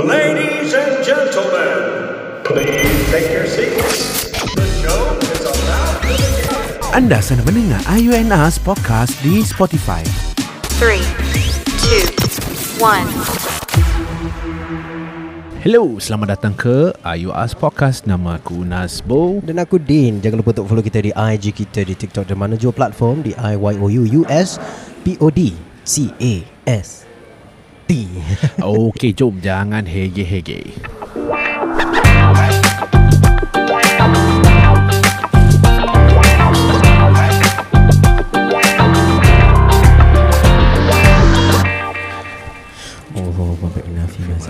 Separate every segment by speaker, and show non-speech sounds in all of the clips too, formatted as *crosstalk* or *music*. Speaker 1: Ladies and gentlemen, please take your seats. The show is about to begin.
Speaker 2: Anda sedang mendengar Ayu and Us podcast di Spotify.
Speaker 3: Three, two, one.
Speaker 2: Hello, selamat datang ke Ayu Us podcast. Nama aku Nasbo.
Speaker 4: Dan aku Din Jangan lupa untuk follow kita di IG kita Di TikTok dan mana jua platform Di IYOUUS POD C-A-S T
Speaker 2: Okey, jom jangan hege-hege.
Speaker 4: Allah Bapak Nafi
Speaker 2: *laughs*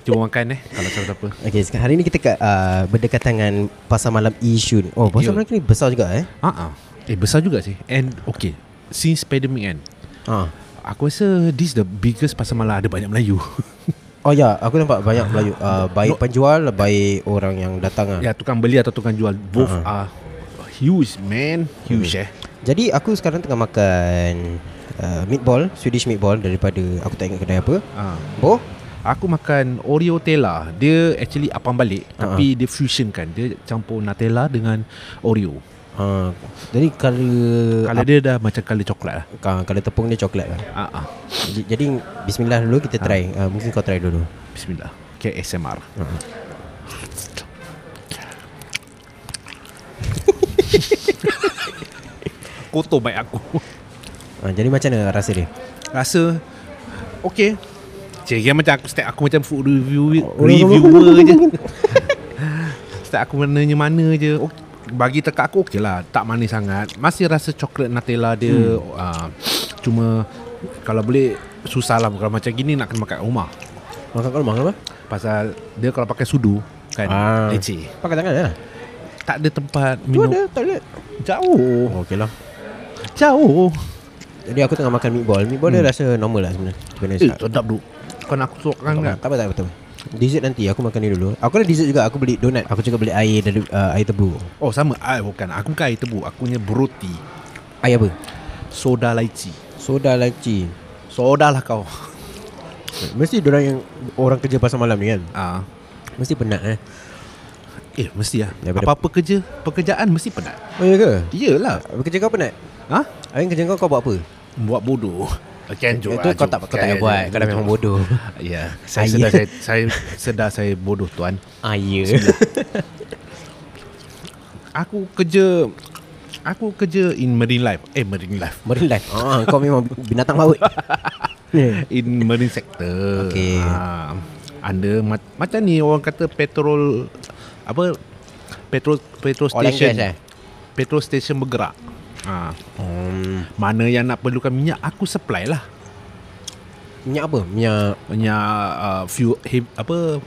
Speaker 2: Cuma makan eh kalau tak apa.
Speaker 4: Okay, sekarang hari ni kita kat, uh, berdekatan dengan Pasar Malam Yishun Oh, Pasar
Speaker 2: Yishun.
Speaker 4: Malam ni besar juga eh
Speaker 2: Ha ah. Eh besar juga sih. And okay, since pandemic kan.
Speaker 4: ah.
Speaker 2: Aku rasa this the biggest pasar malam ada banyak Melayu.
Speaker 4: Oh ya, aku nampak banyak Melayu uh, Baik penjual, baik orang yang datang ah.
Speaker 2: ya tukang beli atau tukang jual both uh-huh. are huge man, huge eh.
Speaker 4: Jadi aku sekarang tengah makan uh, Meatball, Swedish meatball Daripada, aku tak ingat kedai apa
Speaker 2: Ah.
Speaker 4: Bo?
Speaker 2: Aku makan Oreo Tela. Dia actually apam balik uh-huh. tapi dia fusion kan. Dia campur Nutella dengan Oreo.
Speaker 4: Ha, jadi kalau
Speaker 2: Kalau dia dah macam colour coklat lah.
Speaker 4: Ka- Kalau tepung dia coklat lah
Speaker 2: Ah ah.
Speaker 4: Jadi, jadi bismillah dulu kita try ha. uh, Mungkin kau try dulu
Speaker 2: Bismillah. Okay, ASMR. *laughs* Kotor baik aku.
Speaker 4: uh, Jadi macam mana rasa dia?
Speaker 2: Rasa okay. Cik, kira macam aku step aku macam food review
Speaker 4: Oh,
Speaker 2: reviewer je. *laughs* step aku mananya mana je. Okay. Bagi tekak aku okey lah Tak manis sangat Masih rasa coklat Nutella dia hmm. uh, Cuma Kalau boleh Susah lah Kalau macam gini Nak kena makan kat rumah
Speaker 4: Makan kau makan apa?
Speaker 2: Pasal dia kalau pakai sudu kan ah.
Speaker 4: Ah.
Speaker 2: leceh.
Speaker 4: Pakai tangan lah
Speaker 2: Tak ada tempat
Speaker 4: Tu
Speaker 2: minum.
Speaker 4: ada toilet
Speaker 2: Jauh.
Speaker 4: Oh okey lah
Speaker 2: Jauh.
Speaker 4: Jadi aku tengah makan meatball Meatball hmm. dia rasa normal lah sebenarnya To be honest.
Speaker 2: Eh,
Speaker 4: Tak-
Speaker 2: sedap duk. Kau nak aku suapkan
Speaker 4: tak
Speaker 2: kan?
Speaker 4: apa tak apa, tak apa. Dessert nanti aku makan ni dulu Aku ada dessert juga Aku beli donat Aku juga beli air dari uh, air tebu
Speaker 2: Oh, sama. Ah, bukan. Aku bukan air tebu. Aku punya broti.
Speaker 4: Air apa?
Speaker 2: Soda laici.
Speaker 4: Soda laci
Speaker 2: Soda lah kau.
Speaker 4: Mesti orang yang Orang kerja pasal malam ni kan
Speaker 2: Ah.
Speaker 4: Mesti penat eh
Speaker 2: Eh, mesti lah.
Speaker 4: Daripada-
Speaker 2: Apa-apa kerja, pekerjaan mesti penat.
Speaker 4: Oh iya ke?
Speaker 2: Iyalah.
Speaker 4: Kerja kau penat?
Speaker 2: Ha?
Speaker 4: Ain kerja kau kau buat apa?
Speaker 2: Buat bodoh. Kan
Speaker 4: Itu kau tak kau tak payah buat Kalau memang bodoh
Speaker 2: *laughs* Ya, saya sedar
Speaker 4: Ah, ya.
Speaker 2: saya, saya *laughs* sedar saya bodoh tuan.
Speaker 4: Ah ya
Speaker 2: Aku kerja Aku kerja in marine life Eh marine life
Speaker 4: Marine *laughs* life ah, Kau memang binatang *laughs* laut yeah.
Speaker 2: In marine sector
Speaker 4: Okey.
Speaker 2: ha, Under ma- Macam ni orang kata petrol Apa Petrol Petrol
Speaker 4: Oil and
Speaker 2: station
Speaker 4: gas, eh?
Speaker 2: Petrol station bergerak ha,
Speaker 4: um,
Speaker 2: Mana yang nak perlukan minyak Aku supply lah
Speaker 4: Minyak apa? Minyak
Speaker 2: Minyak uh, Fuel he, Apa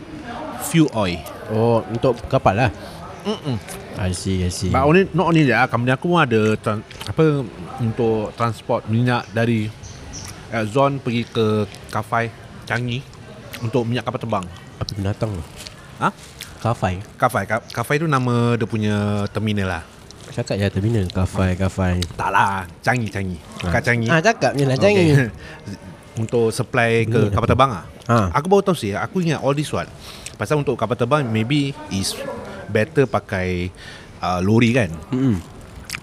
Speaker 2: Fuel oil
Speaker 4: Oh untuk kapal lah Mm-mm. I see I see
Speaker 2: But only, not only that ah, Company aku pun ada tran, Apa Untuk transport minyak dari uh, Zon pergi ke Kafai Changi Untuk minyak kapal terbang
Speaker 4: Apa binatang tu?
Speaker 2: Ha?
Speaker 4: Kafai
Speaker 2: Kafai Ka- Kafai tu nama dia punya terminal lah
Speaker 4: Cakap je terminal Kafai Kafai
Speaker 2: Tak lah Changi Changi Kat Changi
Speaker 4: Ah cakap je lah
Speaker 2: Okey.
Speaker 4: jangan
Speaker 2: *laughs* Untuk supply ke kapal terbang ah.
Speaker 4: Ha.
Speaker 2: Aku baru tahu sih Aku ingat all this one Pasal untuk kapal terbang Maybe is Better pakai uh, Lori kan
Speaker 4: Mm-mm.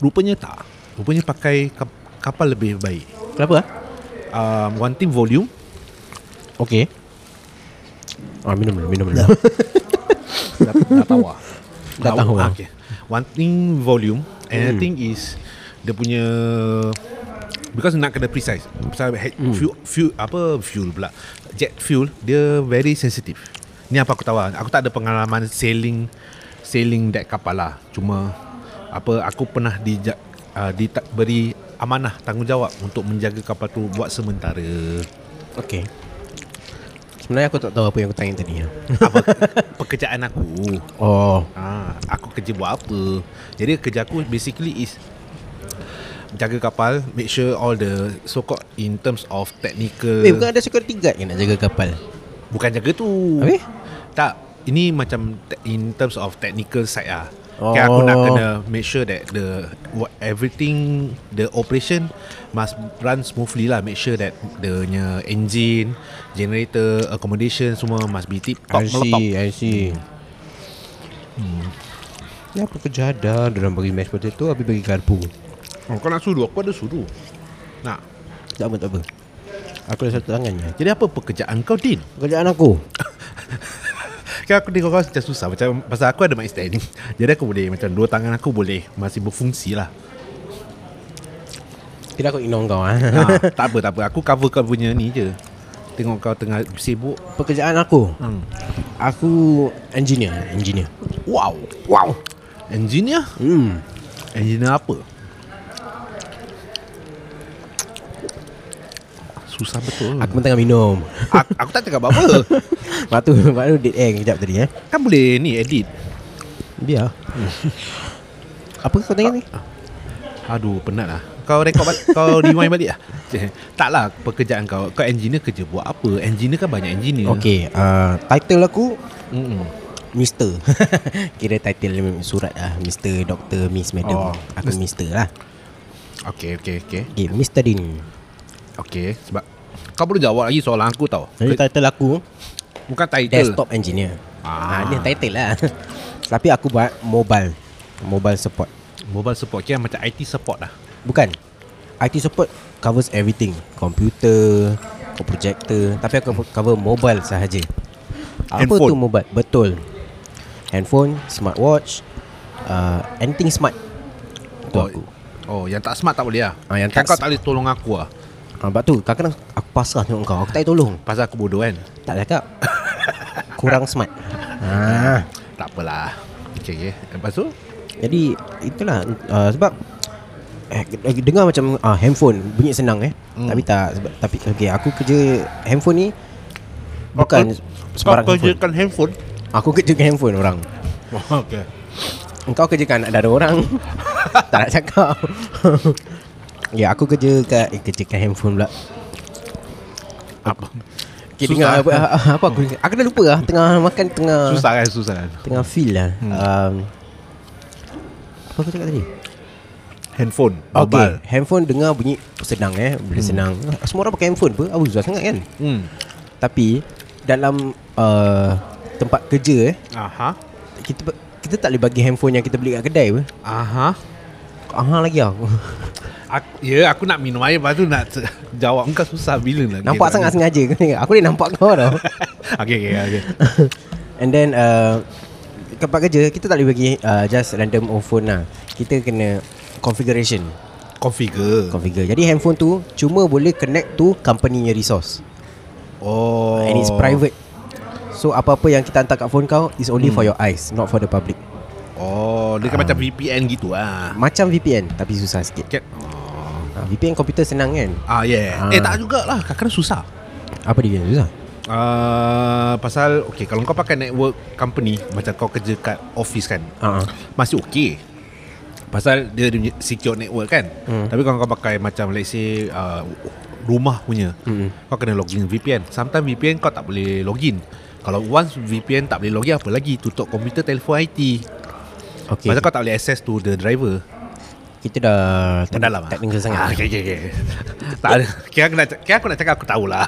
Speaker 2: Rupanya tak Rupanya pakai kap- kapal lebih baik
Speaker 4: *laughs* Kenapa? ah?
Speaker 2: um, One thing volume
Speaker 4: Okay Ah minum dulu minum *laughs* dulu
Speaker 2: Dah, dah tahu lah
Speaker 4: Dah tahu
Speaker 2: ah,
Speaker 4: lah.
Speaker 2: okay. One thing volume And mm. I think is Dia punya Because nak kena precise Pasal he- fuel, fuel Apa fuel pula Jet fuel Dia very sensitive Ni apa aku tahu lah. Aku tak ada pengalaman sailing Sailing that kapal lah Cuma Apa Aku pernah di, uh, Diberi amanah tanggungjawab Untuk menjaga kapal tu Buat sementara
Speaker 4: Okay Sebenarnya aku tak tahu apa yang aku tanya tadi ah.
Speaker 2: Apa Pekerjaan aku
Speaker 4: Oh
Speaker 2: Ah, aku kerja buat apa? Jadi kerja aku basically is jaga kapal, make sure all the so called in terms of technical.
Speaker 4: Eh bukan ada security guard yang nak jaga kapal
Speaker 2: bukan jaga tu.
Speaker 4: Habis?
Speaker 2: Tak, ini macam te- in terms of technical side ah. Okay, aku nak
Speaker 4: Oh.
Speaker 2: kena make sure that the what everything the operation must run smoothly lah. Make sure that the nya engine, generator, accommodation semua must be tip top
Speaker 4: I see, I see. Hmm. Ya apa kerja ada Diorang bagi mashed potato Habis bagi garpu
Speaker 2: Oh, kau nak suruh aku ada suruh. Nak.
Speaker 4: Tak apa tak apa Aku ada satu tangan je
Speaker 2: Jadi apa pekerjaan kau Din?
Speaker 4: Pekerjaan aku
Speaker 2: Kan aku tengok kau macam susah macam pasal aku ada mic stand. *laughs* Jadi aku boleh macam dua tangan aku boleh masih berfungsi lah.
Speaker 4: Kira aku ignore kau ha?
Speaker 2: ha, tak apa tak apa aku cover kau punya ni je. Tengok kau tengah sibuk.
Speaker 4: *laughs* Pekerjaan aku hmm. Aku engineer Engineer
Speaker 2: Wow. Wow. Engineer?
Speaker 4: Hmm
Speaker 2: Engineer apa? Susah betul.
Speaker 4: Aku pun tengah minum *laughs*
Speaker 2: aku, aku tak cakap apa-apa.
Speaker 4: Lepas tu Lepas tu dead air kejap tadi eh
Speaker 2: kan boleh ni edit.
Speaker 4: Biar Apa kau tanya ni?
Speaker 2: Aduh penat lah Kau rekod balik Kau rewind balik lah *laughs* Cik, Tak lah pekerjaan kau Kau engineer kerja buat apa Engineer kan banyak engineer
Speaker 4: Okay uh, Title aku
Speaker 2: Mm-mm.
Speaker 4: Mister *laughs* Kira title surat lah Mister, Doktor, Miss,
Speaker 2: Oh.
Speaker 4: Madam oh. Aku Mister lah
Speaker 2: Okay okay okay
Speaker 4: Okay, Mister Din
Speaker 2: Okay sebab Kau perlu jawab lagi soalan aku tau
Speaker 4: Jadi
Speaker 2: Ke-
Speaker 4: title aku
Speaker 2: Bukan title
Speaker 4: Desktop Engineer
Speaker 2: Ah.
Speaker 4: ah. Dia title lah *laughs* Tapi aku buat mobile Mobile support
Speaker 2: Mobile support Kira macam IT support lah
Speaker 4: Bukan IT support covers everything Computer kau Projector Tapi aku cover mobile sahaja Apa
Speaker 2: Handphone.
Speaker 4: tu mobile? Betul Handphone Smartwatch uh, Anything smart Itu
Speaker 2: oh,
Speaker 4: aku
Speaker 2: Oh yang tak smart tak boleh lah
Speaker 4: Ah, yang
Speaker 2: Kan kau
Speaker 4: tak smart.
Speaker 2: tak boleh tolong aku lah
Speaker 4: ha, Sebab tu kadang-kadang aku pasrah tengok kau Aku tak boleh tolong
Speaker 2: Pasal aku bodoh kan
Speaker 4: Tak cakap Kurang smart ha.
Speaker 2: Tak apalah Okay okay Lepas tu
Speaker 4: Jadi itulah uh, sebab eh, dengar macam ah handphone bunyi senang eh. Hmm. Tapi tak sebab tapi okey aku kerja handphone ni bukan
Speaker 2: Kau-
Speaker 4: sembarang
Speaker 2: Kau
Speaker 4: handphone.
Speaker 2: kerjakan
Speaker 4: *laughs*
Speaker 2: handphone
Speaker 4: Aku kerja dengan handphone orang.
Speaker 2: Oh, okay.
Speaker 4: Engkau kerja kat anak dara orang. *laughs* tak nak cakap. *laughs* ya, aku kerja kat eh, kerja kat handphone pula.
Speaker 2: Apa?
Speaker 4: Okay,
Speaker 2: Susah.
Speaker 4: dengar apa, ah, apa aku aku dah lupa lah tengah makan tengah
Speaker 2: Susah kan susah kan
Speaker 4: tengah feel lah. Hmm. Um, apa aku cakap tadi?
Speaker 2: Handphone
Speaker 4: Okay,
Speaker 2: Mobile
Speaker 4: handphone dengar bunyi senang eh, boleh hmm. senang. Semua orang pakai handphone apa? Abu susah sangat kan.
Speaker 2: hmm.
Speaker 4: Tapi dalam uh, tempat kerja eh,
Speaker 2: Aha
Speaker 4: kita kita tak boleh bagi handphone yang kita beli kat kedai apa.
Speaker 2: Aha
Speaker 4: Aha lagi aku.
Speaker 2: Aku, ya, aku nak minum air Lepas tu nak se- *laughs* jawab kau susah bila lah
Speaker 4: *laughs*
Speaker 2: Kira- *laughs*
Speaker 4: Nampak sangat sengaja *laughs* kau tengok. Aku ni nampak kau tau.
Speaker 2: Okay, okay, okay.
Speaker 4: And then uh, kat tempat kerja kita tak boleh bagi uh, just random on phone lah. Kita kena configuration,
Speaker 2: Configure
Speaker 4: configure. Jadi handphone tu cuma boleh connect to company punya resource.
Speaker 2: Oh
Speaker 4: And it's private So apa-apa yang kita hantar kat phone kau Is only hmm. for your eyes Not for the public
Speaker 2: Oh, dia kan macam VPN gitu lah
Speaker 4: Macam VPN Tapi susah sikit
Speaker 2: Cat.
Speaker 4: ha, VPN komputer senang kan
Speaker 2: Oh. Ah, yeah
Speaker 4: Ah.
Speaker 2: Eh, tak jugalah Kadang-kadang susah
Speaker 4: Apa dia susah?
Speaker 2: Uh, pasal Okay kalau kau pakai network company Macam kau kerja kat office kan
Speaker 4: Ha.
Speaker 2: Masih okay Pasal dia, dia punya secure network kan hmm. Tapi kalau kau pakai macam let's say uh, Rumah punya hmm. Kau kena login VPN Sometimes VPN kau tak boleh login Kalau once VPN tak boleh login Apa lagi Tutup komputer telefon IT okay.
Speaker 4: Okay
Speaker 2: Pasal kau tak boleh access to the driver
Speaker 4: Kita dah lah.
Speaker 2: Tak dalam
Speaker 4: Tak tinggal sangat
Speaker 2: ah, okay, okay, okay. Tak ada Kira aku nak, kira aku nak cakap aku lah. tahulah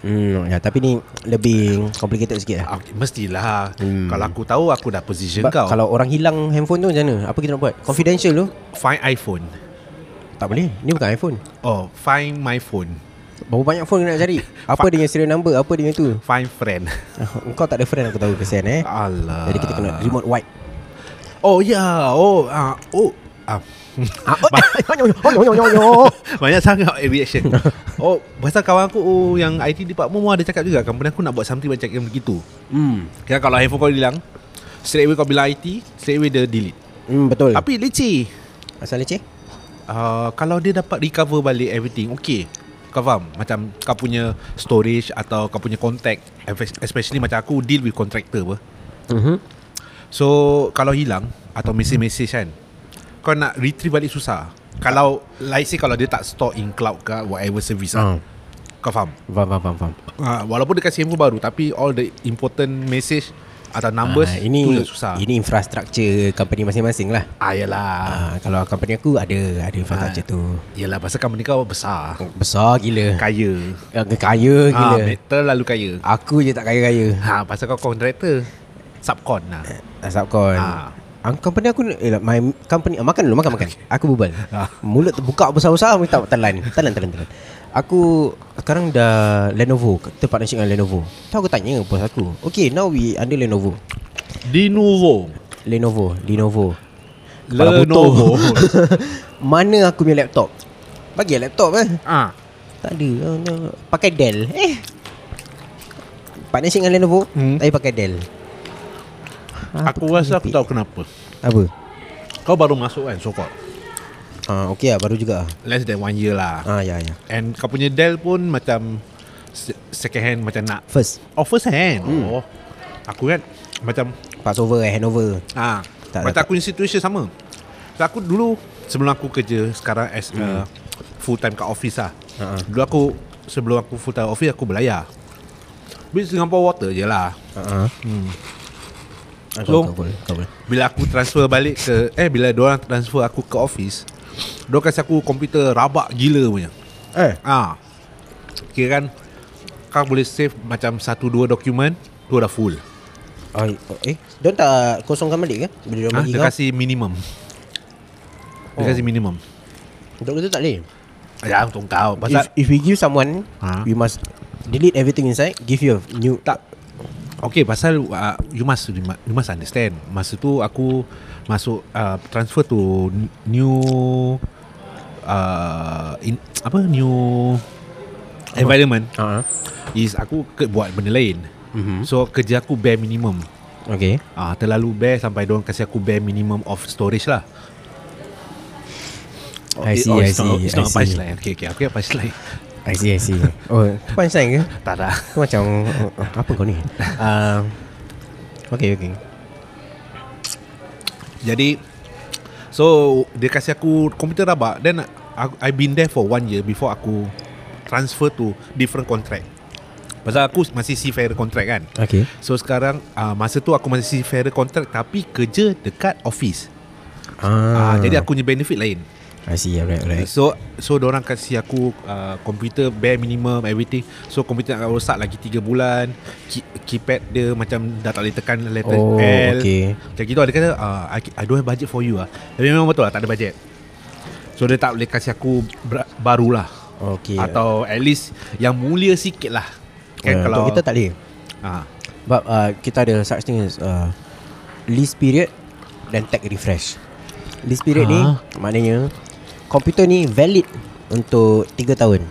Speaker 4: hmm, ya, Tapi ni Lebih complicated sikit lah
Speaker 2: Ah, okay, Mestilah hmm. Kalau aku tahu Aku dah position
Speaker 4: Sebab
Speaker 2: kau
Speaker 4: kalau orang hilang handphone tu macam mana? Apa kita nak buat? Confidential tu?
Speaker 2: Find iPhone
Speaker 4: Tak boleh Ni bukan iPhone
Speaker 2: Oh Find my phone
Speaker 4: Berapa banyak phone kau nak *laughs* cari? Apa
Speaker 2: Fuck.
Speaker 4: dia punya serial number? Apa dia punya tu? Ah,
Speaker 2: Find friend *laughs*
Speaker 4: Kau tak ada friend aku tahu kesian eh
Speaker 2: Alah
Speaker 4: Jadi kita kena remote wipe
Speaker 2: Oh ya yeah. Oh ah, Oh ah.
Speaker 4: Ah, *laughs* oh, oh, oh, oh, oh.
Speaker 2: Banyak sangat eh, reaction
Speaker 4: *laughs*
Speaker 2: Oh Pasal kawan aku oh, Yang IT department pun ada cakap juga Company aku nak buat something macam yang begitu
Speaker 4: Hmm.
Speaker 2: Kira kalau handphone kau hilang Straight away kau bilang IT Straight away dia delete
Speaker 4: Hmm betul.
Speaker 2: Tapi leceh
Speaker 4: Asal leceh?
Speaker 2: uh, Kalau dia dapat recover balik everything Okay Kau faham Macam kau punya storage Atau kau punya contact Especially macam aku deal with contractor apa
Speaker 4: Mhm.
Speaker 2: So kalau hilang Atau message-message kan Kau nak retrieve balik susah Kalau Like say kalau dia tak store in cloud ke Whatever service
Speaker 4: Ah.
Speaker 2: uh. Kau faham Ah,
Speaker 4: Faham faham fam fam.
Speaker 2: uh, Walaupun dia kasi info baru Tapi all the important message atau numbers
Speaker 4: Ah, ini
Speaker 2: tu susah.
Speaker 4: ini infrastruktur company masing-masing lah.
Speaker 2: Ah, yalah.
Speaker 4: Ah, kalau company aku ada ada infrastruktur tu.
Speaker 2: Yalah pasal company kau besar.
Speaker 4: Besar gila.
Speaker 2: Kaya.
Speaker 4: Kaya, kaya
Speaker 2: Ah,
Speaker 4: Oh. gila.
Speaker 2: terlalu kaya.
Speaker 4: Aku je tak kaya-kaya.
Speaker 2: Ha, pasal kau kontraktor. Subcon lah.
Speaker 4: Ah, Subcon
Speaker 2: Ah.
Speaker 4: ha. Company aku eh, My company ah, Makan dulu makan makan Aku bubal
Speaker 2: Ah.
Speaker 4: Mulut terbuka besar-besar Aku tak telan Telan telan telan Aku Sekarang dah Lenovo Kita partnership dengan Lenovo Tu aku tanya Bos aku Okay now we Under Lenovo
Speaker 2: Di Novo.
Speaker 4: Lenovo Lenovo Kepala
Speaker 2: Lenovo.
Speaker 4: *laughs*
Speaker 2: *laughs*
Speaker 4: Mana aku punya laptop Bagi lah laptop eh
Speaker 2: ah.
Speaker 4: Tak ada oh, no. Pakai Dell Eh Partnership dengan Lenovo
Speaker 2: Hmm.
Speaker 4: Tapi pakai Dell
Speaker 2: Aku rasa aku tahu kenapa.
Speaker 4: Apa
Speaker 2: Kau baru masuk kan so called.
Speaker 4: Ah, okay lah baru juga ah.
Speaker 2: Less than one year lah.
Speaker 4: Ah ya ya
Speaker 2: And kau punya Dell pun macam se- second hand macam nak
Speaker 4: First Hmm.
Speaker 2: Oh first hand Oh Aku kan Macam
Speaker 4: Pass over eh Handover
Speaker 2: ah,
Speaker 4: Tak,
Speaker 2: Macam
Speaker 4: tak,
Speaker 2: aku ni situation sama so, Aku dulu Sebelum aku kerja Sekarang as a Full time kat office lah
Speaker 4: Hmm. Ha, ha.
Speaker 2: Dulu aku Sebelum aku full time office Aku berlayar Bila Singapore Water je lah
Speaker 4: Uh-huh.
Speaker 2: So-
Speaker 4: Ah, Kau boleh, kau boleh.
Speaker 2: Bila aku transfer balik ke Eh bila diorang transfer aku ke office Diorang kasi aku komputer rabak gila punya
Speaker 4: Eh,
Speaker 2: Ah, Kira kan Kau boleh save macam Satu dua dokumen Tu dah full
Speaker 4: ai, eh, dia tak kosongkan balik ke? Bila dia
Speaker 2: ha,
Speaker 4: bagi
Speaker 2: Dia
Speaker 4: kau.
Speaker 2: kasi minimum Dia
Speaker 4: Oh.
Speaker 2: kasi minimum
Speaker 4: Dia kata tak boleh.
Speaker 2: Ya untuk kau
Speaker 4: If,
Speaker 2: Pasal
Speaker 4: if we give someone,
Speaker 2: Ha?
Speaker 4: we must delete everything inside, give you a new tak.
Speaker 2: Okay pasal uh, You must You must understand Masa tu aku Masuk uh, Transfer to New uh, in, Apa New Environment
Speaker 4: Ha.
Speaker 2: Is aku ke, buat benda lain
Speaker 4: Mhm.
Speaker 2: mm-hmm. So kerja aku bare minimum
Speaker 4: Okay.
Speaker 2: Ah, terlalu bare sampai diorang kasi aku bare minimum of storage lah.
Speaker 4: I see,
Speaker 2: oh,
Speaker 4: I
Speaker 2: it's not,
Speaker 4: see,
Speaker 2: It's not
Speaker 4: I
Speaker 2: a
Speaker 4: see.
Speaker 2: punchline. Okay, okay. Aku yang punchline. *laughs*
Speaker 4: I see, I see. *laughs* Oh, punchline ke?
Speaker 2: tak ada.
Speaker 4: Kau macam oh, oh, apa
Speaker 2: *laughs*
Speaker 4: kau ni? Uh, okay, okay.
Speaker 2: Jadi, so dia kasi aku komputer rabak. Then, aku, I been there for one year before aku transfer to different contract. Pasal aku masih seafarer contract kan.
Speaker 4: Okay.
Speaker 2: So sekarang, uh, masa tu aku masih seafarer contract tapi kerja dekat office. Ah,
Speaker 4: Ah,
Speaker 2: jadi aku punya benefit lain.
Speaker 4: I see, alright,
Speaker 2: Eh,
Speaker 4: alright.
Speaker 2: So so orang kasi aku uh, komputer bare minimum everything. So komputer akan rosak lagi 3 bulan. Key, keypad dia macam dah tak boleh tekan letter
Speaker 4: Oh,
Speaker 2: L.
Speaker 4: okay.
Speaker 2: Macam gitu ada kata uh, I, I don't have budget for you ah. Tapi memang betul lah tak ada budget. So dia tak boleh kasi aku ber- barulah.
Speaker 4: Okay.
Speaker 2: Atau at least yang mulia sikit lah. Kan
Speaker 4: Ah,
Speaker 2: kalau
Speaker 4: untuk kita tak boleh.
Speaker 2: Ah,
Speaker 4: But uh, kita ada such thing as uh, lease period dan tag refresh. Lease period ha? ni
Speaker 2: Ah.
Speaker 4: maknanya komputer ni valid untuk 3 tahun.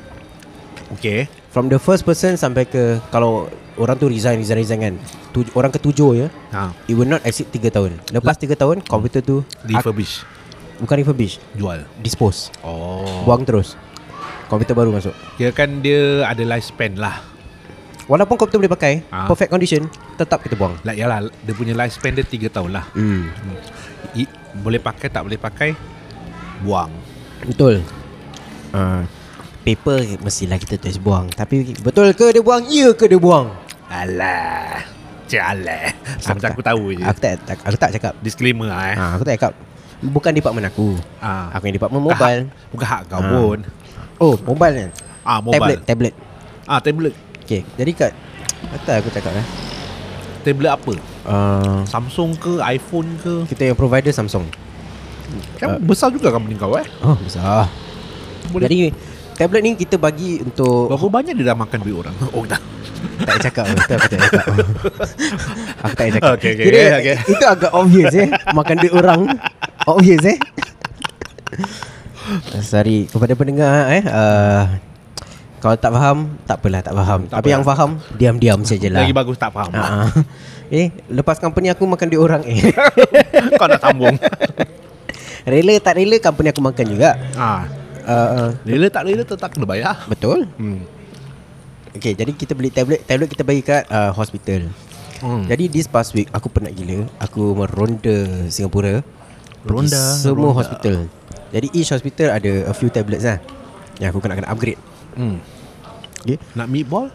Speaker 2: okay.
Speaker 4: From the first person sampai ke kalau orang tu resign resign resign kan. Tu, orang ketujuh ya.
Speaker 2: Ha,
Speaker 4: It will not exceed 3 tahun. Lepas 3 tahun komputer tu ak-
Speaker 2: refurbish,
Speaker 4: bukan refurbish,
Speaker 2: jual.
Speaker 4: dispose.
Speaker 2: Oh.
Speaker 4: Buang terus. Komputer baru masuk.
Speaker 2: Kira kan dia ada lifespan lah.
Speaker 4: Walaupun komputer boleh pakai,
Speaker 2: Ah.
Speaker 4: perfect condition, tetap kita buang.
Speaker 2: Like yalah Dia punya lifespan dia 3 tahun lah
Speaker 4: Hmm.
Speaker 2: I, Boleh pakai tak boleh pakai Buang
Speaker 4: Betul
Speaker 2: Ha.
Speaker 4: uh, Paper mestilah kita tulis buang Tapi betul ke dia buang? Ya ke dia buang?
Speaker 2: Alah Jalan Macam aku tahu je
Speaker 4: Aku tak, tak aku tak cakap
Speaker 2: Disclaimer lah eh
Speaker 4: ha, Aku tak cakap Bukan department aku
Speaker 2: Ah.
Speaker 4: ha. Aku yang department mobile
Speaker 2: Bukan hak, bukan hak kau
Speaker 4: Ah.
Speaker 2: pun
Speaker 4: Oh mobile kan?
Speaker 2: Ah, mobile.
Speaker 4: Tablet Tablet
Speaker 2: Ah tablet
Speaker 4: Okay jadi kat Apa tak aku cakap lah
Speaker 2: Tablet apa
Speaker 4: uh,
Speaker 2: Samsung ke iPhone ke
Speaker 4: Kita yang provider Samsung
Speaker 2: Kan besar juga company kau eh
Speaker 4: Oh besar
Speaker 2: Boleh.
Speaker 4: Boleh. Ah. Jadi tablet ni kita bagi untuk
Speaker 2: Berapa banyak dia dah makan duit orang Oh tak
Speaker 4: Tak payah cakap Itu *laughs* aku tak
Speaker 2: *laughs*
Speaker 4: payah cakap Aku tak payah cakap
Speaker 2: Okay, okay,
Speaker 4: Kira
Speaker 2: okay.
Speaker 4: Itu agak obvious eh Makan duit orang Obvious eh *laughs* Sorry Kepada pendengar eh uh, Kalau tak faham Tak apalah tak faham
Speaker 2: Tak
Speaker 4: Tapi
Speaker 2: apa.
Speaker 4: yang faham Diam-diam sajalah
Speaker 2: Lagi bagus tak faham
Speaker 4: Ah, ah. Eh Lepas company aku makan duit orang eh
Speaker 2: *laughs* Kau nak sambung
Speaker 4: Rela tak rela Company aku makan juga
Speaker 2: ah,
Speaker 4: uh, uh,
Speaker 2: Rela tak rela tetap kena bayar
Speaker 4: Betul
Speaker 2: Hmm.
Speaker 4: Okay jadi kita beli tablet Tablet kita bagi kat uh, hospital
Speaker 2: Hmm.
Speaker 4: Jadi this past week Aku penat gila Aku meronda Singapura Pergi
Speaker 2: Ronda,
Speaker 4: Semua
Speaker 2: ronda.
Speaker 4: hospital Jadi each hospital ada A few tablets lah Yang aku kena kena upgrade
Speaker 2: hmm.
Speaker 4: okay.
Speaker 2: Nak meatball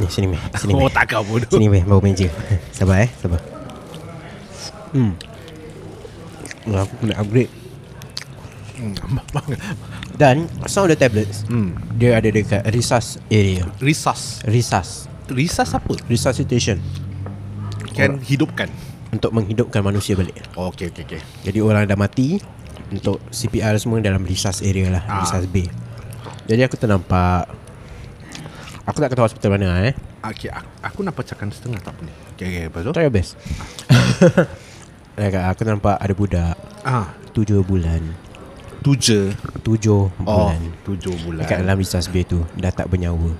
Speaker 4: Ni sini meh. Sini
Speaker 2: Oh
Speaker 4: meh.
Speaker 2: tak kau bodoh *laughs*
Speaker 4: Sini meh baru meja. *laughs* Sabar eh, sabar. Hmm. Wah, Aku kena upgrade Dan Some of the tablets hmm. Dia ada dekat Resource area
Speaker 2: Risas
Speaker 4: Resource
Speaker 2: Risas apa?
Speaker 4: Resuscitation
Speaker 2: Can hidupkan
Speaker 4: Untuk menghidupkan manusia balik
Speaker 2: oh, Okay okay okay
Speaker 4: Jadi orang dah mati Untuk CPR semua Dalam resource area lah
Speaker 2: Ah.
Speaker 4: ah. Resource bay Jadi aku ternampak Aku tak kata hospital mana eh
Speaker 2: Okay aku, aku nak pecahkan setengah tak apa ni Okay okay lepas tu
Speaker 4: Try your
Speaker 2: *laughs*
Speaker 4: best Dekat Aku nampak ada budak
Speaker 2: Ah,
Speaker 4: Tujuh bulan
Speaker 2: Tujuh
Speaker 4: Tujuh
Speaker 2: Oh
Speaker 4: bulan
Speaker 2: Tujuh bulan
Speaker 4: Dekat dalam resource bay tu Dah tak bernyawa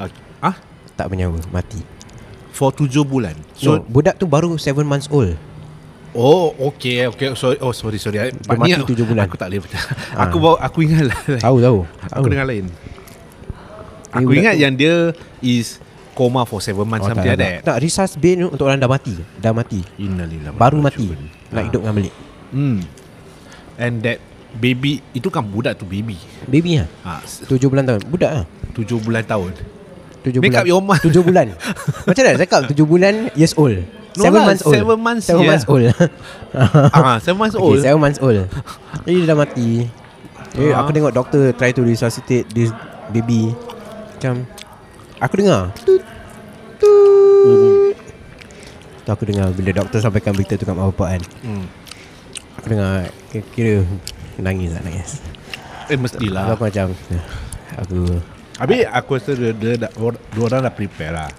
Speaker 2: okay. Ah,
Speaker 4: Tak bernyawa Mati
Speaker 2: For tujuh bulan
Speaker 4: So
Speaker 2: So
Speaker 4: no, budak tu baru 7 months old
Speaker 2: Oh okay okay sorry oh sorry sorry Pak
Speaker 4: mati
Speaker 2: Nia,
Speaker 4: tujuh bulan. Ah.
Speaker 2: Aku tak boleh Aku bawa aku ingat lah
Speaker 4: Tahu tahu
Speaker 2: Aku dengar lain
Speaker 4: Ni
Speaker 2: Aku
Speaker 4: budak
Speaker 2: ingat
Speaker 4: tu-
Speaker 2: yang dia Is Coma for 7 months
Speaker 4: tak,
Speaker 2: Something like
Speaker 4: Oh, tak, tak.
Speaker 2: that
Speaker 4: tak resource bay ni untuk orang dah mati Dah mati
Speaker 2: Innalillah
Speaker 4: Baru mati
Speaker 2: Ha.
Speaker 4: Nak hidupkan balik
Speaker 2: Hmm And that Baby Itu kan budak tu baby
Speaker 4: Baby lah
Speaker 2: ha,
Speaker 4: Tujuh bulan tahun Budak lah
Speaker 2: Tujuh bulan
Speaker 4: *laughs*
Speaker 2: tahun
Speaker 4: Tujuh
Speaker 2: Make
Speaker 4: bulan
Speaker 2: up your mind.
Speaker 4: Tujuh
Speaker 2: *laughs*
Speaker 4: bulan Macam mana nak cakap Tujuh bulan Years old
Speaker 2: No
Speaker 4: seven
Speaker 2: lah,
Speaker 4: months old
Speaker 2: seven months, ya.
Speaker 4: Seven
Speaker 2: yeah.
Speaker 4: months
Speaker 2: *laughs*
Speaker 4: old *laughs*
Speaker 2: Ah, Seven months
Speaker 4: Okay
Speaker 2: old
Speaker 4: seven months
Speaker 2: *laughs*
Speaker 4: old Jadi dia dah mati Jadi
Speaker 2: Ah.
Speaker 4: aku tengok doktor Try to resuscitate This baby Macam Aku dengar Tut Tut Tu aku dengar Bila doktor sampaikan berita tu Kat mak bapak kan
Speaker 2: Hmm.
Speaker 4: Aku dengar kira- Kira Nangis lah nangis
Speaker 2: Eh
Speaker 4: Lepas
Speaker 2: mestilah
Speaker 4: Aku macam Aku
Speaker 2: Habis aku rasa dia, dia, dah- or- Dua orang dah prepare lah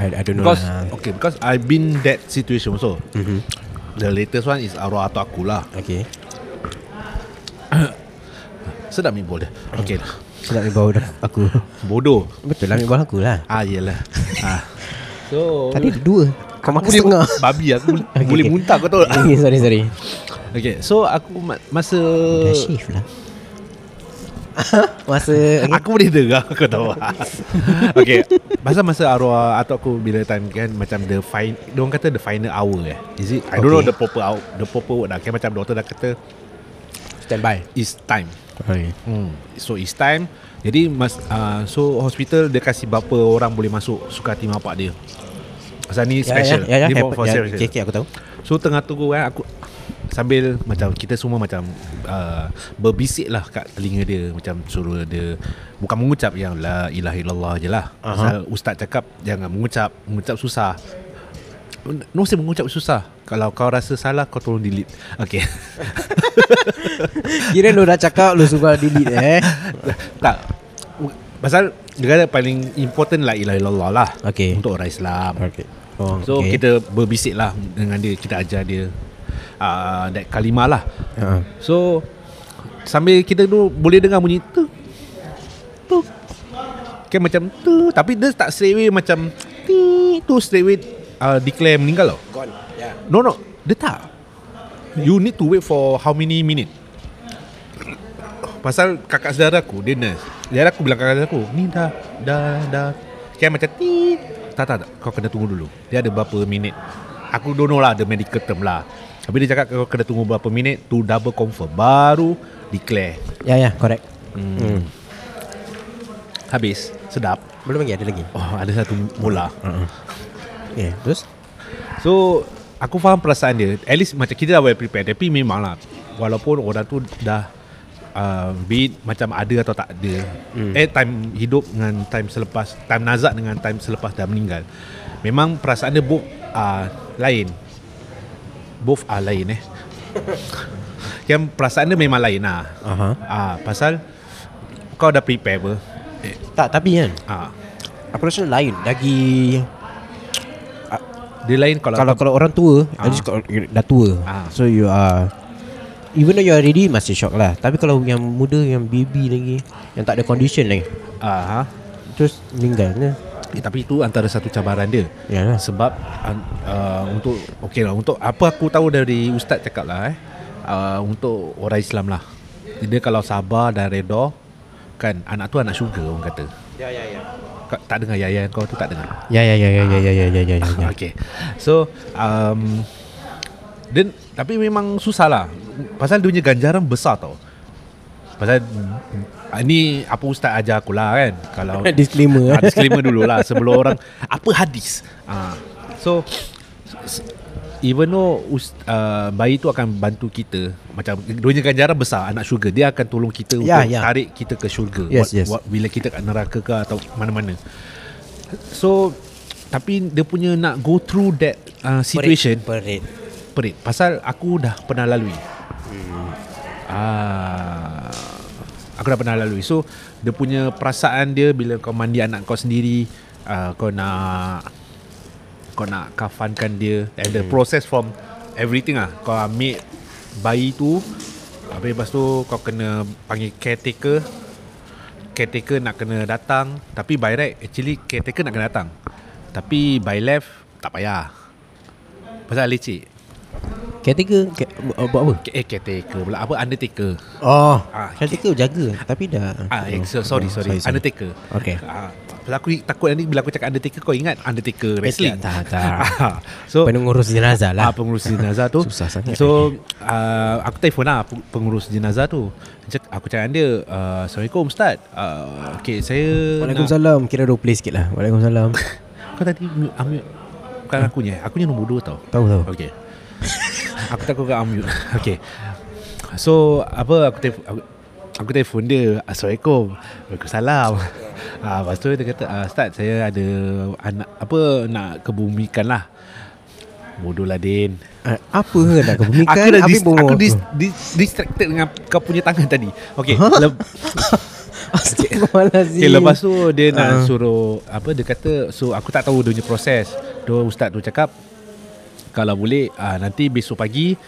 Speaker 4: I, I don't know
Speaker 2: Because
Speaker 4: lah.
Speaker 2: Okay because I've been that situation also
Speaker 4: Mhm.
Speaker 2: The latest one is arwah atuk aku lah
Speaker 4: Okay
Speaker 2: Sedap meatball dia Okay
Speaker 4: Sedap ni bau dah aku
Speaker 2: Bodoh
Speaker 4: Betul lah Memang aku lah
Speaker 2: Ah yelah ah. So
Speaker 4: Tadi ada dua Kau makan
Speaker 2: Aku
Speaker 4: setengah
Speaker 2: boleh *laughs*
Speaker 4: *laughs*
Speaker 2: Babi lah. aku boleh, boleh muntah kau tahu
Speaker 4: okay, Sorry sorry
Speaker 2: Okay so aku ma- masa
Speaker 4: Dah shift *laughs* lah Masa okay.
Speaker 2: Aku boleh dengar Kau tahu *laughs* Okay Pasal masa arwah Atau aku bila time kan Macam the fine Diorang kata the final hour eh Is it I don't
Speaker 4: Okay.
Speaker 2: know the proper hour, The proper word lah okay, Macam doktor dah kata
Speaker 4: Stand by
Speaker 2: It's time
Speaker 4: okay.
Speaker 2: hmm. So it's time Jadi mas, uh, So hospital Dia kasih berapa orang Boleh masuk Suka hati mak bapak dia Pasal ni
Speaker 4: Ya ya
Speaker 2: special
Speaker 4: ya, ya,
Speaker 2: Ni
Speaker 4: ya,
Speaker 2: buat for
Speaker 4: ya,
Speaker 2: sale.
Speaker 4: okay, okay, aku tahu
Speaker 2: So tengah tunggu kan aku sambil macam kita semua macam uh, berbisik lah kat telinga dia macam suruh dia bukan mengucap yang la ilaha illallah je lah.
Speaker 4: Aha.
Speaker 2: Uh-huh. Pasal ustaz cakap jangan mengucap, mengucap susah. No saya mengucap susah. Kalau kau rasa salah kau tolong delete. Okay. *laughs*
Speaker 4: Kira lu dah cakap Lu suka delete eh
Speaker 2: tak. Pasal dia kata paling important la ilaha illallah lah.
Speaker 4: Okay.
Speaker 2: Untuk orang Islam.
Speaker 4: *laughs* Okay oh,
Speaker 2: So okay. kita berbisik lah dengan dia Kita ajar dia uh, That kalimah lah
Speaker 4: Ha.
Speaker 2: So Sambil kita tu Boleh dengar bunyi tu Tu Kan macam tu Tapi dia tak straight away macam Tu Tu straight away uh, Declare meninggal tau
Speaker 4: Gone Ya. yeah.
Speaker 2: No no Dia tak You need to wait for How many minute Pasal kakak saudara aku Dia nurse Saudara aku bilang kakak saudara aku Ni dah Dah Dah Kan macam ti Tak tak tak Kau kena tunggu dulu Dia ada berapa minit Aku don't know lah The medical term lah Tapi dia cakap Kau kena tunggu berapa minit To double confirm Baru Declare
Speaker 4: Ya ya correct hmm. Hmm.
Speaker 2: Habis Sedap
Speaker 4: Belum lagi ada lagi
Speaker 2: Oh ada satu mula
Speaker 4: Okay terus
Speaker 2: So Aku faham perasaan dia At least macam kita dah well prepared Tapi memang lah Walaupun orang tu dah uh, Be it macam ada atau tak ada
Speaker 4: Hmm.
Speaker 2: mm. Eh time hidup dengan time selepas Time nazak dengan time selepas dah meninggal Memang perasaan dia both uh, Lain Both are
Speaker 4: *laughs*
Speaker 2: lain eh Yang perasaan dia memang lain lah
Speaker 4: Aha.
Speaker 2: Ah, Pasal Kau dah prepare apa Eh,
Speaker 4: Tak tapi kan
Speaker 2: Ah,
Speaker 4: Aku rasa lain Lagi
Speaker 2: Dia lain kalau,
Speaker 4: kalau kalau orang tua at least kalau you dah tua
Speaker 2: Ah.
Speaker 4: so you are even though you are ready masih shock lah tapi kalau yang muda yang baby lagi yang tak ada condition lagi
Speaker 2: Ah, ha.
Speaker 4: terus ya. meninggalnya
Speaker 2: Eh, tapi itu antara satu cabaran dia.
Speaker 4: Yalah.
Speaker 2: Sebab uh, uh, untuk okey lah untuk apa aku tahu dari ustaz cakap lah eh uh, untuk orang Islam lah. Dia kalau sabar dan reda kan anak tu anak syurga orang kata. Ya ya ya. Kau tak dengar ya ya kau tu tak dengar.
Speaker 4: ya ya ya ya ya ya ya ya ya, ya.
Speaker 2: Yeah. Okay So um, Then Tapi memang susah lah Pasal dia punya ganjaran besar tau Pasal ah, Ni apa ustaz ajar aku lah kan Kalau
Speaker 4: *laughs* Disclaimer,
Speaker 2: ah,
Speaker 4: eh.
Speaker 2: Disclaimer dululah Sebelum orang Apa hadis ah, So s- Even though ust, uh, bayi tu akan bantu kita Macam Dunia ganjaran besar Anak syurga Dia akan tolong kita
Speaker 4: Ya,
Speaker 2: Untuk
Speaker 4: ya.
Speaker 2: tarik kita ke syurga
Speaker 4: Yes,
Speaker 2: Wa-
Speaker 4: yes.
Speaker 2: wa- Bila kita kat neraka ke Atau mana-mana So Tapi dia punya nak go through that uh, Situation
Speaker 4: Perit
Speaker 2: perit pasal aku dah pernah lalui. Ah aku dah pernah lalui. So dia punya perasaan dia bila kau mandi anak kau sendiri, uh, kau nak kau nak kafankan dia and the process from everything ah. Kau ambil bayi tu habis lepas tu kau kena panggil caretaker caretaker nak kena datang tapi by right actually caretaker nak kena datang tapi by left tak payah pasal leceh
Speaker 4: Caretaker ke, uh, Buat apa?
Speaker 2: Ca- Eh caretaker pula Apa undertaker
Speaker 4: Oh
Speaker 2: Ah,
Speaker 4: Caretaker jaga Tapi dah
Speaker 2: Ah, eh, so, sorry, sorry, Undertaker
Speaker 4: oh, Okay.
Speaker 2: ah, Pasal aku takut nanti Bila aku cakap Undertaker Kau ingat Undertaker wrestling
Speaker 4: tak, tak.
Speaker 2: *laughs* Ah, So
Speaker 4: Penengurus jenazah
Speaker 2: lah.
Speaker 4: lah
Speaker 2: pengurus jenazah tu
Speaker 4: *laughs* Susah sangat.
Speaker 2: So uh, Aku telefon lah peng- Pengurus jenazah tu Cak- Aku cakap dengan dia uh, Assalamualaikum Ustaz uh, Okay saya nak-
Speaker 4: Waalaikumsalam Kira dua play sikit lah
Speaker 2: *laughs*
Speaker 4: Waalaikumsalam
Speaker 2: Kau tadi mute- unmute Bukan aku ni Aku ni nombor dua tau
Speaker 4: Tahu tahu
Speaker 2: Okay *laughs* Aku takut kat
Speaker 4: *laughs*
Speaker 2: unmute Okay So Apa aku telefon aku, aku telefon dia Assalamualaikum Waalaikumsalam *laughs* ah, Lepas tu dia kata ah, Ustaz saya ada Anak Apa Nak kebumikan lah Bodoh lah Din
Speaker 4: Ah, Apa nak kebumikan
Speaker 2: Aku dah
Speaker 4: kan Habis
Speaker 2: dis,
Speaker 4: bohong
Speaker 2: aku
Speaker 4: *laughs*
Speaker 2: dis, dis, distracted dengan kau punya tangan tadi Okay
Speaker 4: Huh?
Speaker 2: lep-
Speaker 4: Astagfirullahaladzim
Speaker 2: Okay lepas tu dia nak
Speaker 4: Ah.
Speaker 2: suruh apa dia kata so aku tak tahu dia punya proses. Dia ustaz tu cakap kalau boleh uh, nanti besok pagi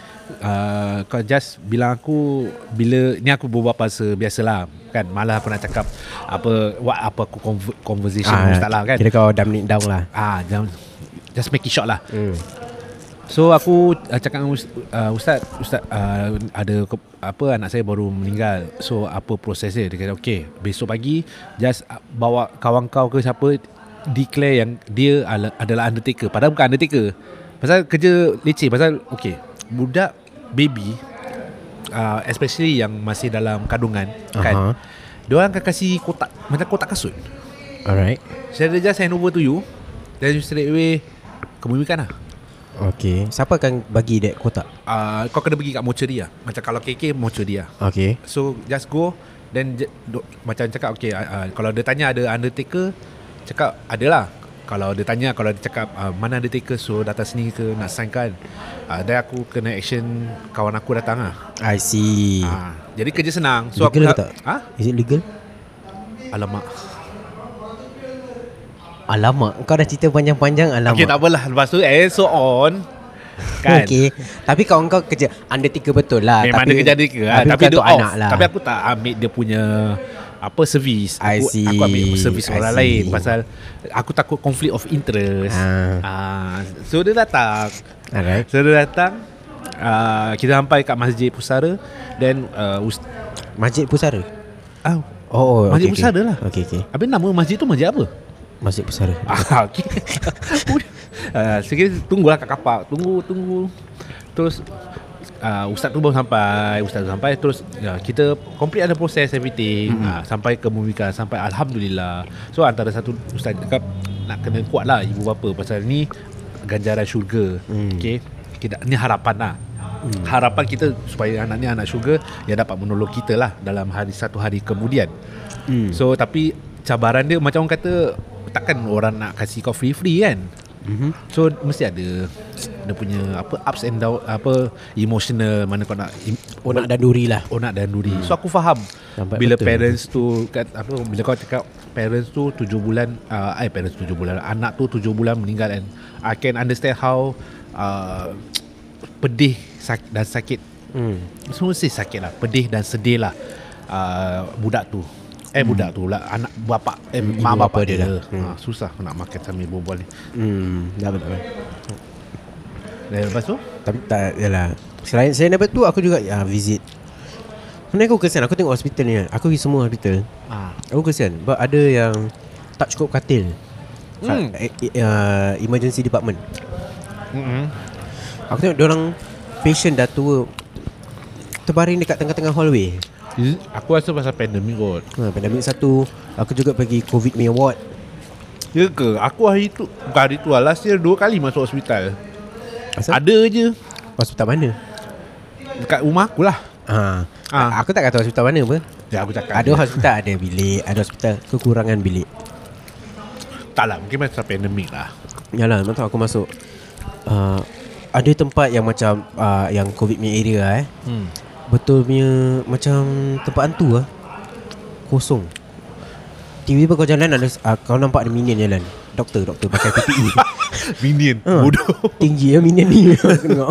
Speaker 2: uh, kau just bilang aku bila ni aku berbual bahasa biasalah kan malah aku nak cakap apa what apa aku conver- conversation ah, ustaz lah kan.
Speaker 4: Kira kau dumb it down lah
Speaker 2: Ah jangan just make it short lah.
Speaker 4: hmm.
Speaker 2: So aku uh, cakap dengan Ust- uh, ustaz ustaz uh, ada ke, apa anak saya baru meninggal. So apa proses dia? Dia kata okey, besok pagi just uh, bawa kawan kau ke siapa declare yang dia ala- adalah undertaker. Padahal bukan undertaker. Pasal kerja leceh pasal okey, budak baby uh, especially yang masih dalam kandungan uh-huh. kan.
Speaker 4: Aha.
Speaker 2: Dia orang akan kasi kotak macam kotak kasut.
Speaker 4: Alright
Speaker 2: So they just hand over to you. Then you straight away kemumikan lah.
Speaker 4: Okay Siapa akan bagi that kotak?
Speaker 2: uh, kau kena pergi kat mortuary lah. Macam kalau KK mortuary lah.
Speaker 4: Okay
Speaker 2: So just go then j- do, macam cakap okay uh, uh, kalau dia tanya ada undertaker cakap ada lah. Kalau dia tanya kalau dia cakap uh, mana undertaker so datang sini ke nak sign kan. Uh, then aku kena action kawan aku datang lah.
Speaker 4: I see
Speaker 2: Uh, jadi kerja senang. So aku
Speaker 4: Legal ke tak?
Speaker 2: Ha?
Speaker 4: Is it legal?
Speaker 2: Alamak.
Speaker 4: Alamak Kau dah cerita panjang-panjang Alamak
Speaker 2: Okay tak apalah. Lepas tu and so on. Kan?
Speaker 4: kan? Okay Tapi kawan kau kerja Undertaker betul lah
Speaker 2: Memang
Speaker 4: tapi,
Speaker 2: dia kerja dia ke lah.
Speaker 4: Tapi,
Speaker 2: Tapi,
Speaker 4: bukan
Speaker 2: dia
Speaker 4: untuk
Speaker 2: off
Speaker 4: anak lah
Speaker 2: Tapi aku tak ambil dia punya Apa servis
Speaker 4: I
Speaker 2: aku,
Speaker 4: see.
Speaker 2: aku ambil servis
Speaker 4: I
Speaker 2: orang
Speaker 4: see.
Speaker 2: lain Pasal Aku takut konflik of interest
Speaker 4: Ah.
Speaker 2: ah. So dia datang
Speaker 4: Alright
Speaker 2: So dia datang ah, Kita sampai kat Masjid Pusara Then uh, ust-
Speaker 4: Masjid Pusara
Speaker 2: ah,
Speaker 4: Oh, oh
Speaker 2: Masjid
Speaker 4: okay,
Speaker 2: Pusara
Speaker 4: okay.
Speaker 2: lah.
Speaker 4: Okay okay
Speaker 2: Habis nama masjid tu masjid apa?
Speaker 4: Masjid Pusara
Speaker 2: Ah, *laughs* okay. uh, Sekiranya tunggulah kat kapak Tunggu, tunggu Terus uh, Ustaz tu baru sampai Ustaz tu sampai Terus uh, kita complete ada proses everything mm-hmm. uh, Sampai ke Mumika Sampai Alhamdulillah So antara satu Ustaz cakap Nak kena kuat lah ibu bapa Pasal ni Ganjaran syurga mm. Okay kita, Ni harapan lah Hmm. Harapan kita supaya anak ni anak syurga yang dapat menolong kita lah dalam hari satu hari kemudian. Hmm. So tapi cabaran dia macam orang kata takkan orang nak kasih kau free-free kan. Mm-hmm. So mesti ada dia punya apa ups and down apa emotional mana kau nak im-
Speaker 4: Oh nak danduri lah
Speaker 2: onak dan duri. Hmm. So aku faham
Speaker 4: Nampak
Speaker 2: bila
Speaker 4: betul.
Speaker 2: betul. parents tu kat apa bila kau cakap parents tu 7 bulan uh, eh parents 7 bulan anak tu 7 bulan meninggal and I can understand how uh, pedih sak- dan sakit. Hmm. Semua mesti sakit lah, pedih dan sedih lah uh, budak tu. Eh hmm. budak tu lah anak bapa eh hmm, mak
Speaker 4: ibu bapa
Speaker 2: bapa
Speaker 4: dia
Speaker 2: dia.
Speaker 4: lah.
Speaker 2: lah. Ha, susah nak makan sambil berbual ni.
Speaker 4: Hmm Dah betul
Speaker 2: Dan lepas tu
Speaker 4: Tapi tak Yalah Selain selain daripada tu Aku juga ya, visit Sebenarnya aku kesian Aku tengok hospital ni kan. Aku pergi semua hospital
Speaker 2: ah
Speaker 4: Aku Oh, kesian Sebab ada yang Tak cukup katil
Speaker 2: Hmm.
Speaker 4: hmm. uh, Emergency department
Speaker 2: mm-hmm.
Speaker 4: Aku tengok orang Patient dah tua Terbaring dekat tengah-tengah hallway
Speaker 2: Is, aku rasa pasal pandemik kot
Speaker 4: ha, Pandemik satu Aku juga pergi COVID punya ward
Speaker 2: Ya ke? Aku hari tu Bukan hari tu lah Last year dua kali masuk hospital
Speaker 4: Pasal
Speaker 2: Ada je
Speaker 4: Hospital mana
Speaker 2: Dekat rumah aku lah
Speaker 4: ha.
Speaker 2: Ah.
Speaker 4: Aku tak kata hospital mana apa
Speaker 2: Ya aku cakap
Speaker 4: Ada hospital ada bilik Ada hospital kekurangan bilik
Speaker 2: Tak lah Mungkin pasal pandemik
Speaker 4: *laughs*
Speaker 2: lah
Speaker 4: Yalah memang tahu aku masuk uh, Ada tempat yang macam uh, Yang covid punya area lah, eh
Speaker 2: hmm.
Speaker 4: Betul punya Macam tempat hantu lah Kosong Tiba-tiba kau jalan ada uh, Kau nampak ada minion jalan Doktor Doktor pakai PPE
Speaker 2: Minion
Speaker 4: Ha.
Speaker 2: Bodoh
Speaker 4: Tinggi ya minion ni Aku tengok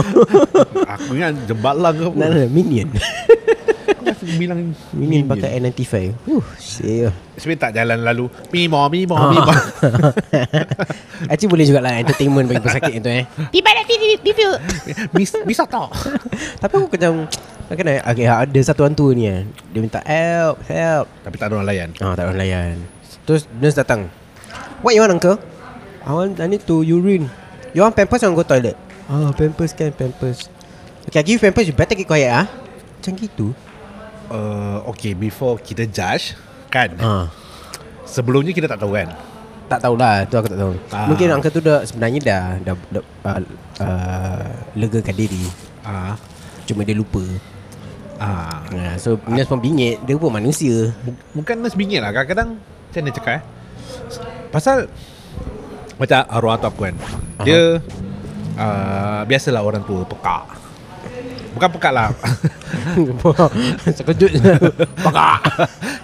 Speaker 2: Aku ingat lah jembalang ke apa
Speaker 4: Nah, nah, minion
Speaker 2: Aku bilang
Speaker 4: Minion pakai N95 Huh Sia
Speaker 2: Sebenarnya tak jalan lalu Mimo Mimo
Speaker 4: Ah. *laughs*
Speaker 2: Mimo
Speaker 4: Actually boleh jugalah Entertainment bagi pesakit itu eh
Speaker 2: Mis, Misato
Speaker 4: *laughs* Tapi aku macam Kan okay, ada satu hantu ni eh. Dia minta help Help
Speaker 2: Tapi tak ada orang layan
Speaker 4: Ah, tak orang layan. Terus nurse datang. What you want uncle? I want I need to urine. You want pampers or go toilet? Ah, pampers can pampers. Okay, I give you pampers. You better keep quiet ah. Macam gitu.
Speaker 2: uh, Okay before kita judge Kan
Speaker 4: Ah.
Speaker 2: Sebelumnya kita tak tahu kan
Speaker 4: Tak tahulah, tu aku tak tahu.
Speaker 2: Ah.
Speaker 4: Mungkin uncle tu dah sebenarnya dah dah, dah uh, uh, legakan diri.
Speaker 2: Ah,
Speaker 4: Cuma dia lupa.
Speaker 2: ah.
Speaker 4: Nah, so nurse pun bingit, dia pun manusia.
Speaker 2: Bu- Bukan nurse bingit lah Kadang-kadang Macam mana cakap eh Pasal Macam arwah atau aku kan Dia uh, Biasalah orang tua Pekak Bukan pekak
Speaker 4: *laughs*
Speaker 2: lah
Speaker 4: Sekejut.
Speaker 2: Pekak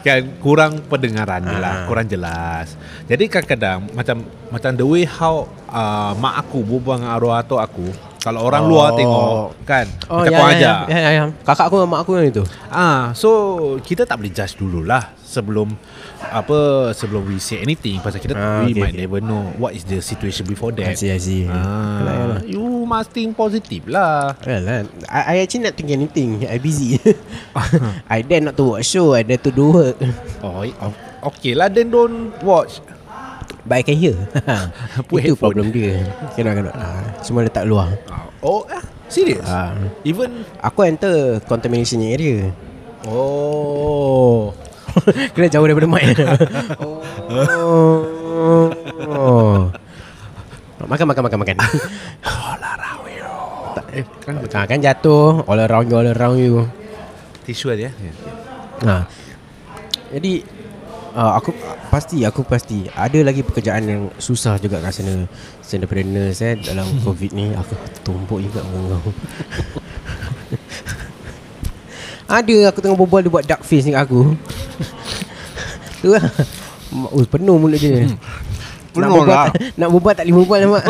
Speaker 2: kan, Kurang pendengaran dia lah Kurang jelas Jadi kadang-kadang Macam Macam the way how uh, Mak aku berbual dengan arwah atau aku Kalau orang
Speaker 4: Oh.
Speaker 2: luar tengok Kan
Speaker 4: Oh,
Speaker 2: Macam
Speaker 4: ya,
Speaker 2: kau
Speaker 4: ya,
Speaker 2: ajar
Speaker 4: ya, ya, ya. Kakak aku dengan mak aku yang itu.
Speaker 2: Ah, so kita tak boleh judge dululah sebelum apa sebelum we say anything pasal kita ah,
Speaker 4: Ah,
Speaker 2: we okay, might
Speaker 4: okay, okay.
Speaker 2: okay. never know what is the situation before that.
Speaker 4: I see, I see. Yalah, yalah.
Speaker 2: Ah, you must think positive lah.
Speaker 4: Well, I, I actually not doing anything. I
Speaker 2: *laughs*
Speaker 4: busy. I dare not to watch show. I dare to do work.
Speaker 2: Oh, i- oh, okay lah then don't watch.
Speaker 4: But I can hear.
Speaker 2: *laughs* Put
Speaker 4: Itu
Speaker 2: headphone.
Speaker 4: problem dia. Cannot, cannot. Ah, semua letak luar.
Speaker 2: Oh, ah, serious?
Speaker 4: Ah.
Speaker 2: Even
Speaker 4: Aku enter contamination area.
Speaker 2: oh.
Speaker 4: *laughs* Kena jauh daripada
Speaker 2: *laughs*
Speaker 4: mic. oh. oh. Makan, makan, makan,
Speaker 2: *laughs*
Speaker 4: makan.
Speaker 2: oh, lah, Tak, eh, kan
Speaker 4: Ah, kan jatuh. All around you, all around you.
Speaker 2: tisu dia.
Speaker 4: eh?
Speaker 2: Ya.
Speaker 4: Ha. Jadi uh, aku pasti aku pasti ada lagi pekerjaan yang susah juga kat sana selain daripada nurse eh
Speaker 2: *laughs*
Speaker 4: dalam covid ni aku tumpuk juga orang kau. ada aku tengah berbual dia buat duck face ni kat aku. tu
Speaker 2: *laughs*
Speaker 4: lah. Oh, penuh mulut dia.
Speaker 2: Hmm. Penuh
Speaker 4: nak berbual,
Speaker 2: lah.
Speaker 4: tak- *laughs* Nak berbual tak boleh berbual lah mak.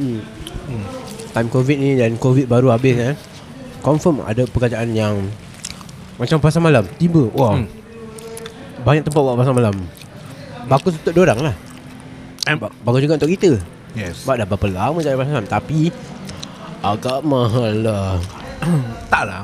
Speaker 4: Hmm. Time covid ni Dan covid baru habis eh Confirm ada pekerjaan yang Macam pasar malam Tiba Wah hmm. Banyak tempat buat pasar malam Bagus untuk dorang lah
Speaker 2: Em-
Speaker 4: Ba- Bagus juga untuk kita
Speaker 2: Yes.
Speaker 4: Sebab dah berapa lama tak ada pasar malam Tapi Agak mahal
Speaker 2: *coughs*
Speaker 4: lah
Speaker 2: Tak lah.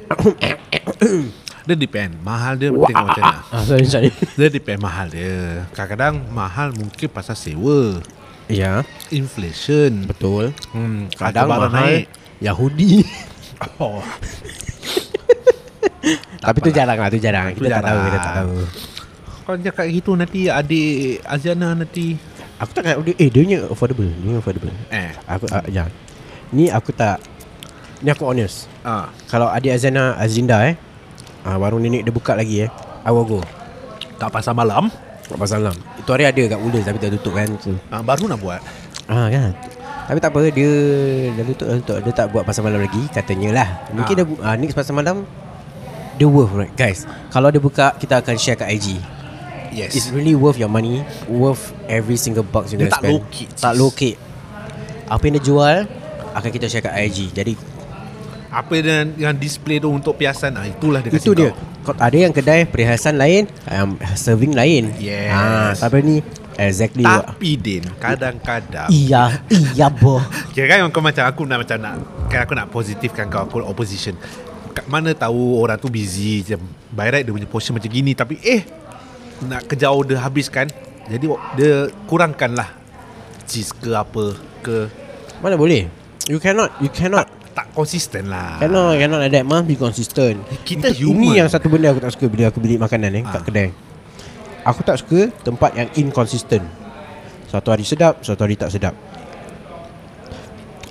Speaker 2: *coughs* dia depend. Mahal dia tengok macam mana.
Speaker 4: *coughs* ah, Sorry sorry
Speaker 2: Dia depend mahal dia Kadang-kadang mahal mungkin pasal sewa
Speaker 4: Ya
Speaker 2: Inflation
Speaker 4: Betul
Speaker 2: hmm,
Speaker 4: Kadang
Speaker 2: barang
Speaker 4: mahal
Speaker 2: *laughs*
Speaker 4: Yahudi
Speaker 2: oh,
Speaker 4: Tapi tu jarang lah Tu jarang
Speaker 2: Itu
Speaker 4: Kita tak tahu
Speaker 2: jarang. lah.
Speaker 4: Kita tak tahu
Speaker 2: Kau cakap gitu nanti adik Aziana nanti
Speaker 4: Aku tak kata Eh dia punya affordable Dia punya affordable
Speaker 2: Eh
Speaker 4: Aku uh, ya. Ni aku tak Ni aku honest
Speaker 2: ah,
Speaker 4: Kalau adik Azana Azinda eh uh, Warung nenek dia buka lagi eh I will go
Speaker 2: Tak pasal malam
Speaker 4: Kat Pasar Malam Itu hari ada kat Woodlands Tapi dah tutup kan so.
Speaker 2: ah, Baru nak buat
Speaker 4: Ah kan Tapi tak apa Dia Dah tutup, dah tutup Dia tak buat pasar malam lagi Katanya lah Mungkin
Speaker 2: Ah.
Speaker 4: dia bu- uh, Next pasar malam Dia worth right Guys Kalau dia buka Kita akan share kat IG
Speaker 2: Yes
Speaker 4: It's really worth your money Worth every single bucks you
Speaker 2: Dia
Speaker 4: guys
Speaker 2: tak
Speaker 4: spend
Speaker 2: low key,
Speaker 4: Tak
Speaker 2: sis.
Speaker 4: low key Apa yang dia jual Akan kita share kat IG Jadi
Speaker 2: Apa yang, yang display tu untuk piasan ah, Itulah dia
Speaker 4: Itu
Speaker 2: kasi
Speaker 4: dia
Speaker 2: kau.
Speaker 4: kau, Ada yang kedai Perhiasan lain um, Serving lain
Speaker 2: Yes.
Speaker 4: ah, Tapi ni Exactly what-
Speaker 2: Tapi Din Kadang-kadang
Speaker 4: Iya Iya boh
Speaker 2: Kira kan kau macam Aku nak macam nak Kan aku nak positifkan kau Aku opposition Kat mana tahu Orang tu busy Macam By right dia punya portion macam gini Tapi eh Nak kejauh dia habiskan Jadi dia kurangkan lah Cheese ke apa Ke
Speaker 4: Mana boleh You cannot You cannot
Speaker 2: tak konsisten lah
Speaker 4: Cannot Cannot like that Must be consistent
Speaker 2: Kita
Speaker 4: Itu-
Speaker 2: human. Ah.
Speaker 4: Ini yang satu benda aku tak suka Bila aku beli makanan ni eh, Kat kedai Aku tak suka Tempat yang inconsistent Satu hari sedap Satu hari tak sedap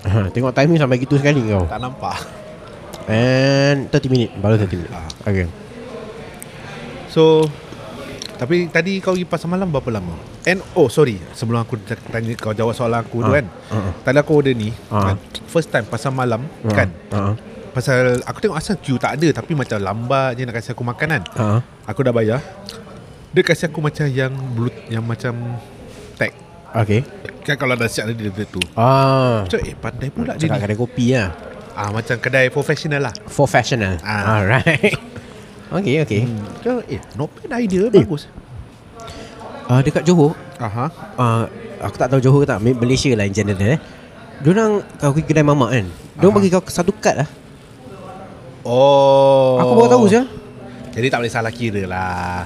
Speaker 4: ha, Tengok timing sampai gitu sekali kau
Speaker 2: Tak nampak
Speaker 4: And 30 minit Baru 30 minit
Speaker 2: Ah.
Speaker 4: Okay
Speaker 2: So Tapi tadi kau pergi pasar malam berapa lama? And oh sorry Sebelum aku ta- tanya kau jawab soalan aku tu
Speaker 4: Ah,
Speaker 2: kan
Speaker 4: ah, ah.
Speaker 2: Tadi aku order ni
Speaker 4: Ah.
Speaker 2: kan, First time pasar malam kan
Speaker 4: Ha.
Speaker 2: Pasal aku tengok asal queue tak ada Tapi macam lambat je nak kasih aku makanan
Speaker 4: Ha.
Speaker 2: Aku dah bayar Dia kasih aku macam yang blue, Yang macam Tag
Speaker 4: Okay
Speaker 2: Kan kalau dah siap dia, dia, dia tu
Speaker 4: Ah.
Speaker 2: Macam eh pandai pula dia
Speaker 4: Cakap
Speaker 2: ni
Speaker 4: kedai kopi lah
Speaker 2: ah, Macam kedai professional lah
Speaker 4: For fashional
Speaker 2: Ah.
Speaker 4: Alright *laughs* Okay okay
Speaker 2: Macam eh not bad idea Bagus Hmm. Ah,
Speaker 4: uh, Dekat Johor
Speaker 2: Aha.
Speaker 4: uh, Aku tak tahu Johor ke tak Ma- Malaysia lah in general eh Diorang Kau pergi kedai mamak kan Diorang
Speaker 2: Aha.
Speaker 4: bagi kau satu kad lah
Speaker 2: Oh
Speaker 4: oh. Aku baru tahu je
Speaker 2: Jadi tak boleh salah kira lah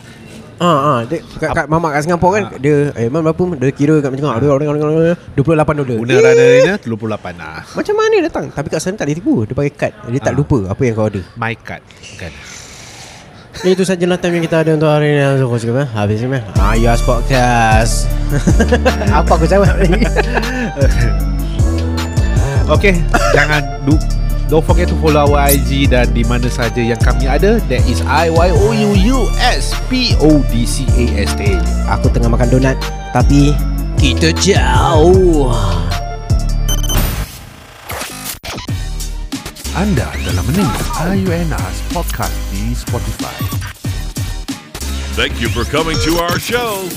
Speaker 4: Ah, ah, dia, kat, kat mamak kat Singapura kan Dia eh, Man berapa Dia kira kat macam Dia orang orang orang 28 dolar
Speaker 2: Guna rana Rina 38 lah
Speaker 4: Macam mana datang Tapi kat sana tak boleh tipu Dia pakai kad Dia
Speaker 2: Ah.
Speaker 4: tak lupa Apa yang kau order
Speaker 2: My card kan? Bukan
Speaker 4: Jadi itu sajalah lah time yang kita ada Untuk hari ni Aku cakap eh, Habis ni Ah, you ask podcast *laughs* Apa aku jawab ni
Speaker 2: Okay Jangan do, Don't forget to follow our IG Dan di mana saja yang kami ada That is I-Y-O-U-U-S-P-O-D-C-A-S-T
Speaker 4: *laughs* Aku tengah makan donat Tapi Kita jauh
Speaker 2: Anda telah mendengar IUNR's podcast di Spotify
Speaker 5: Thank you for coming to our show.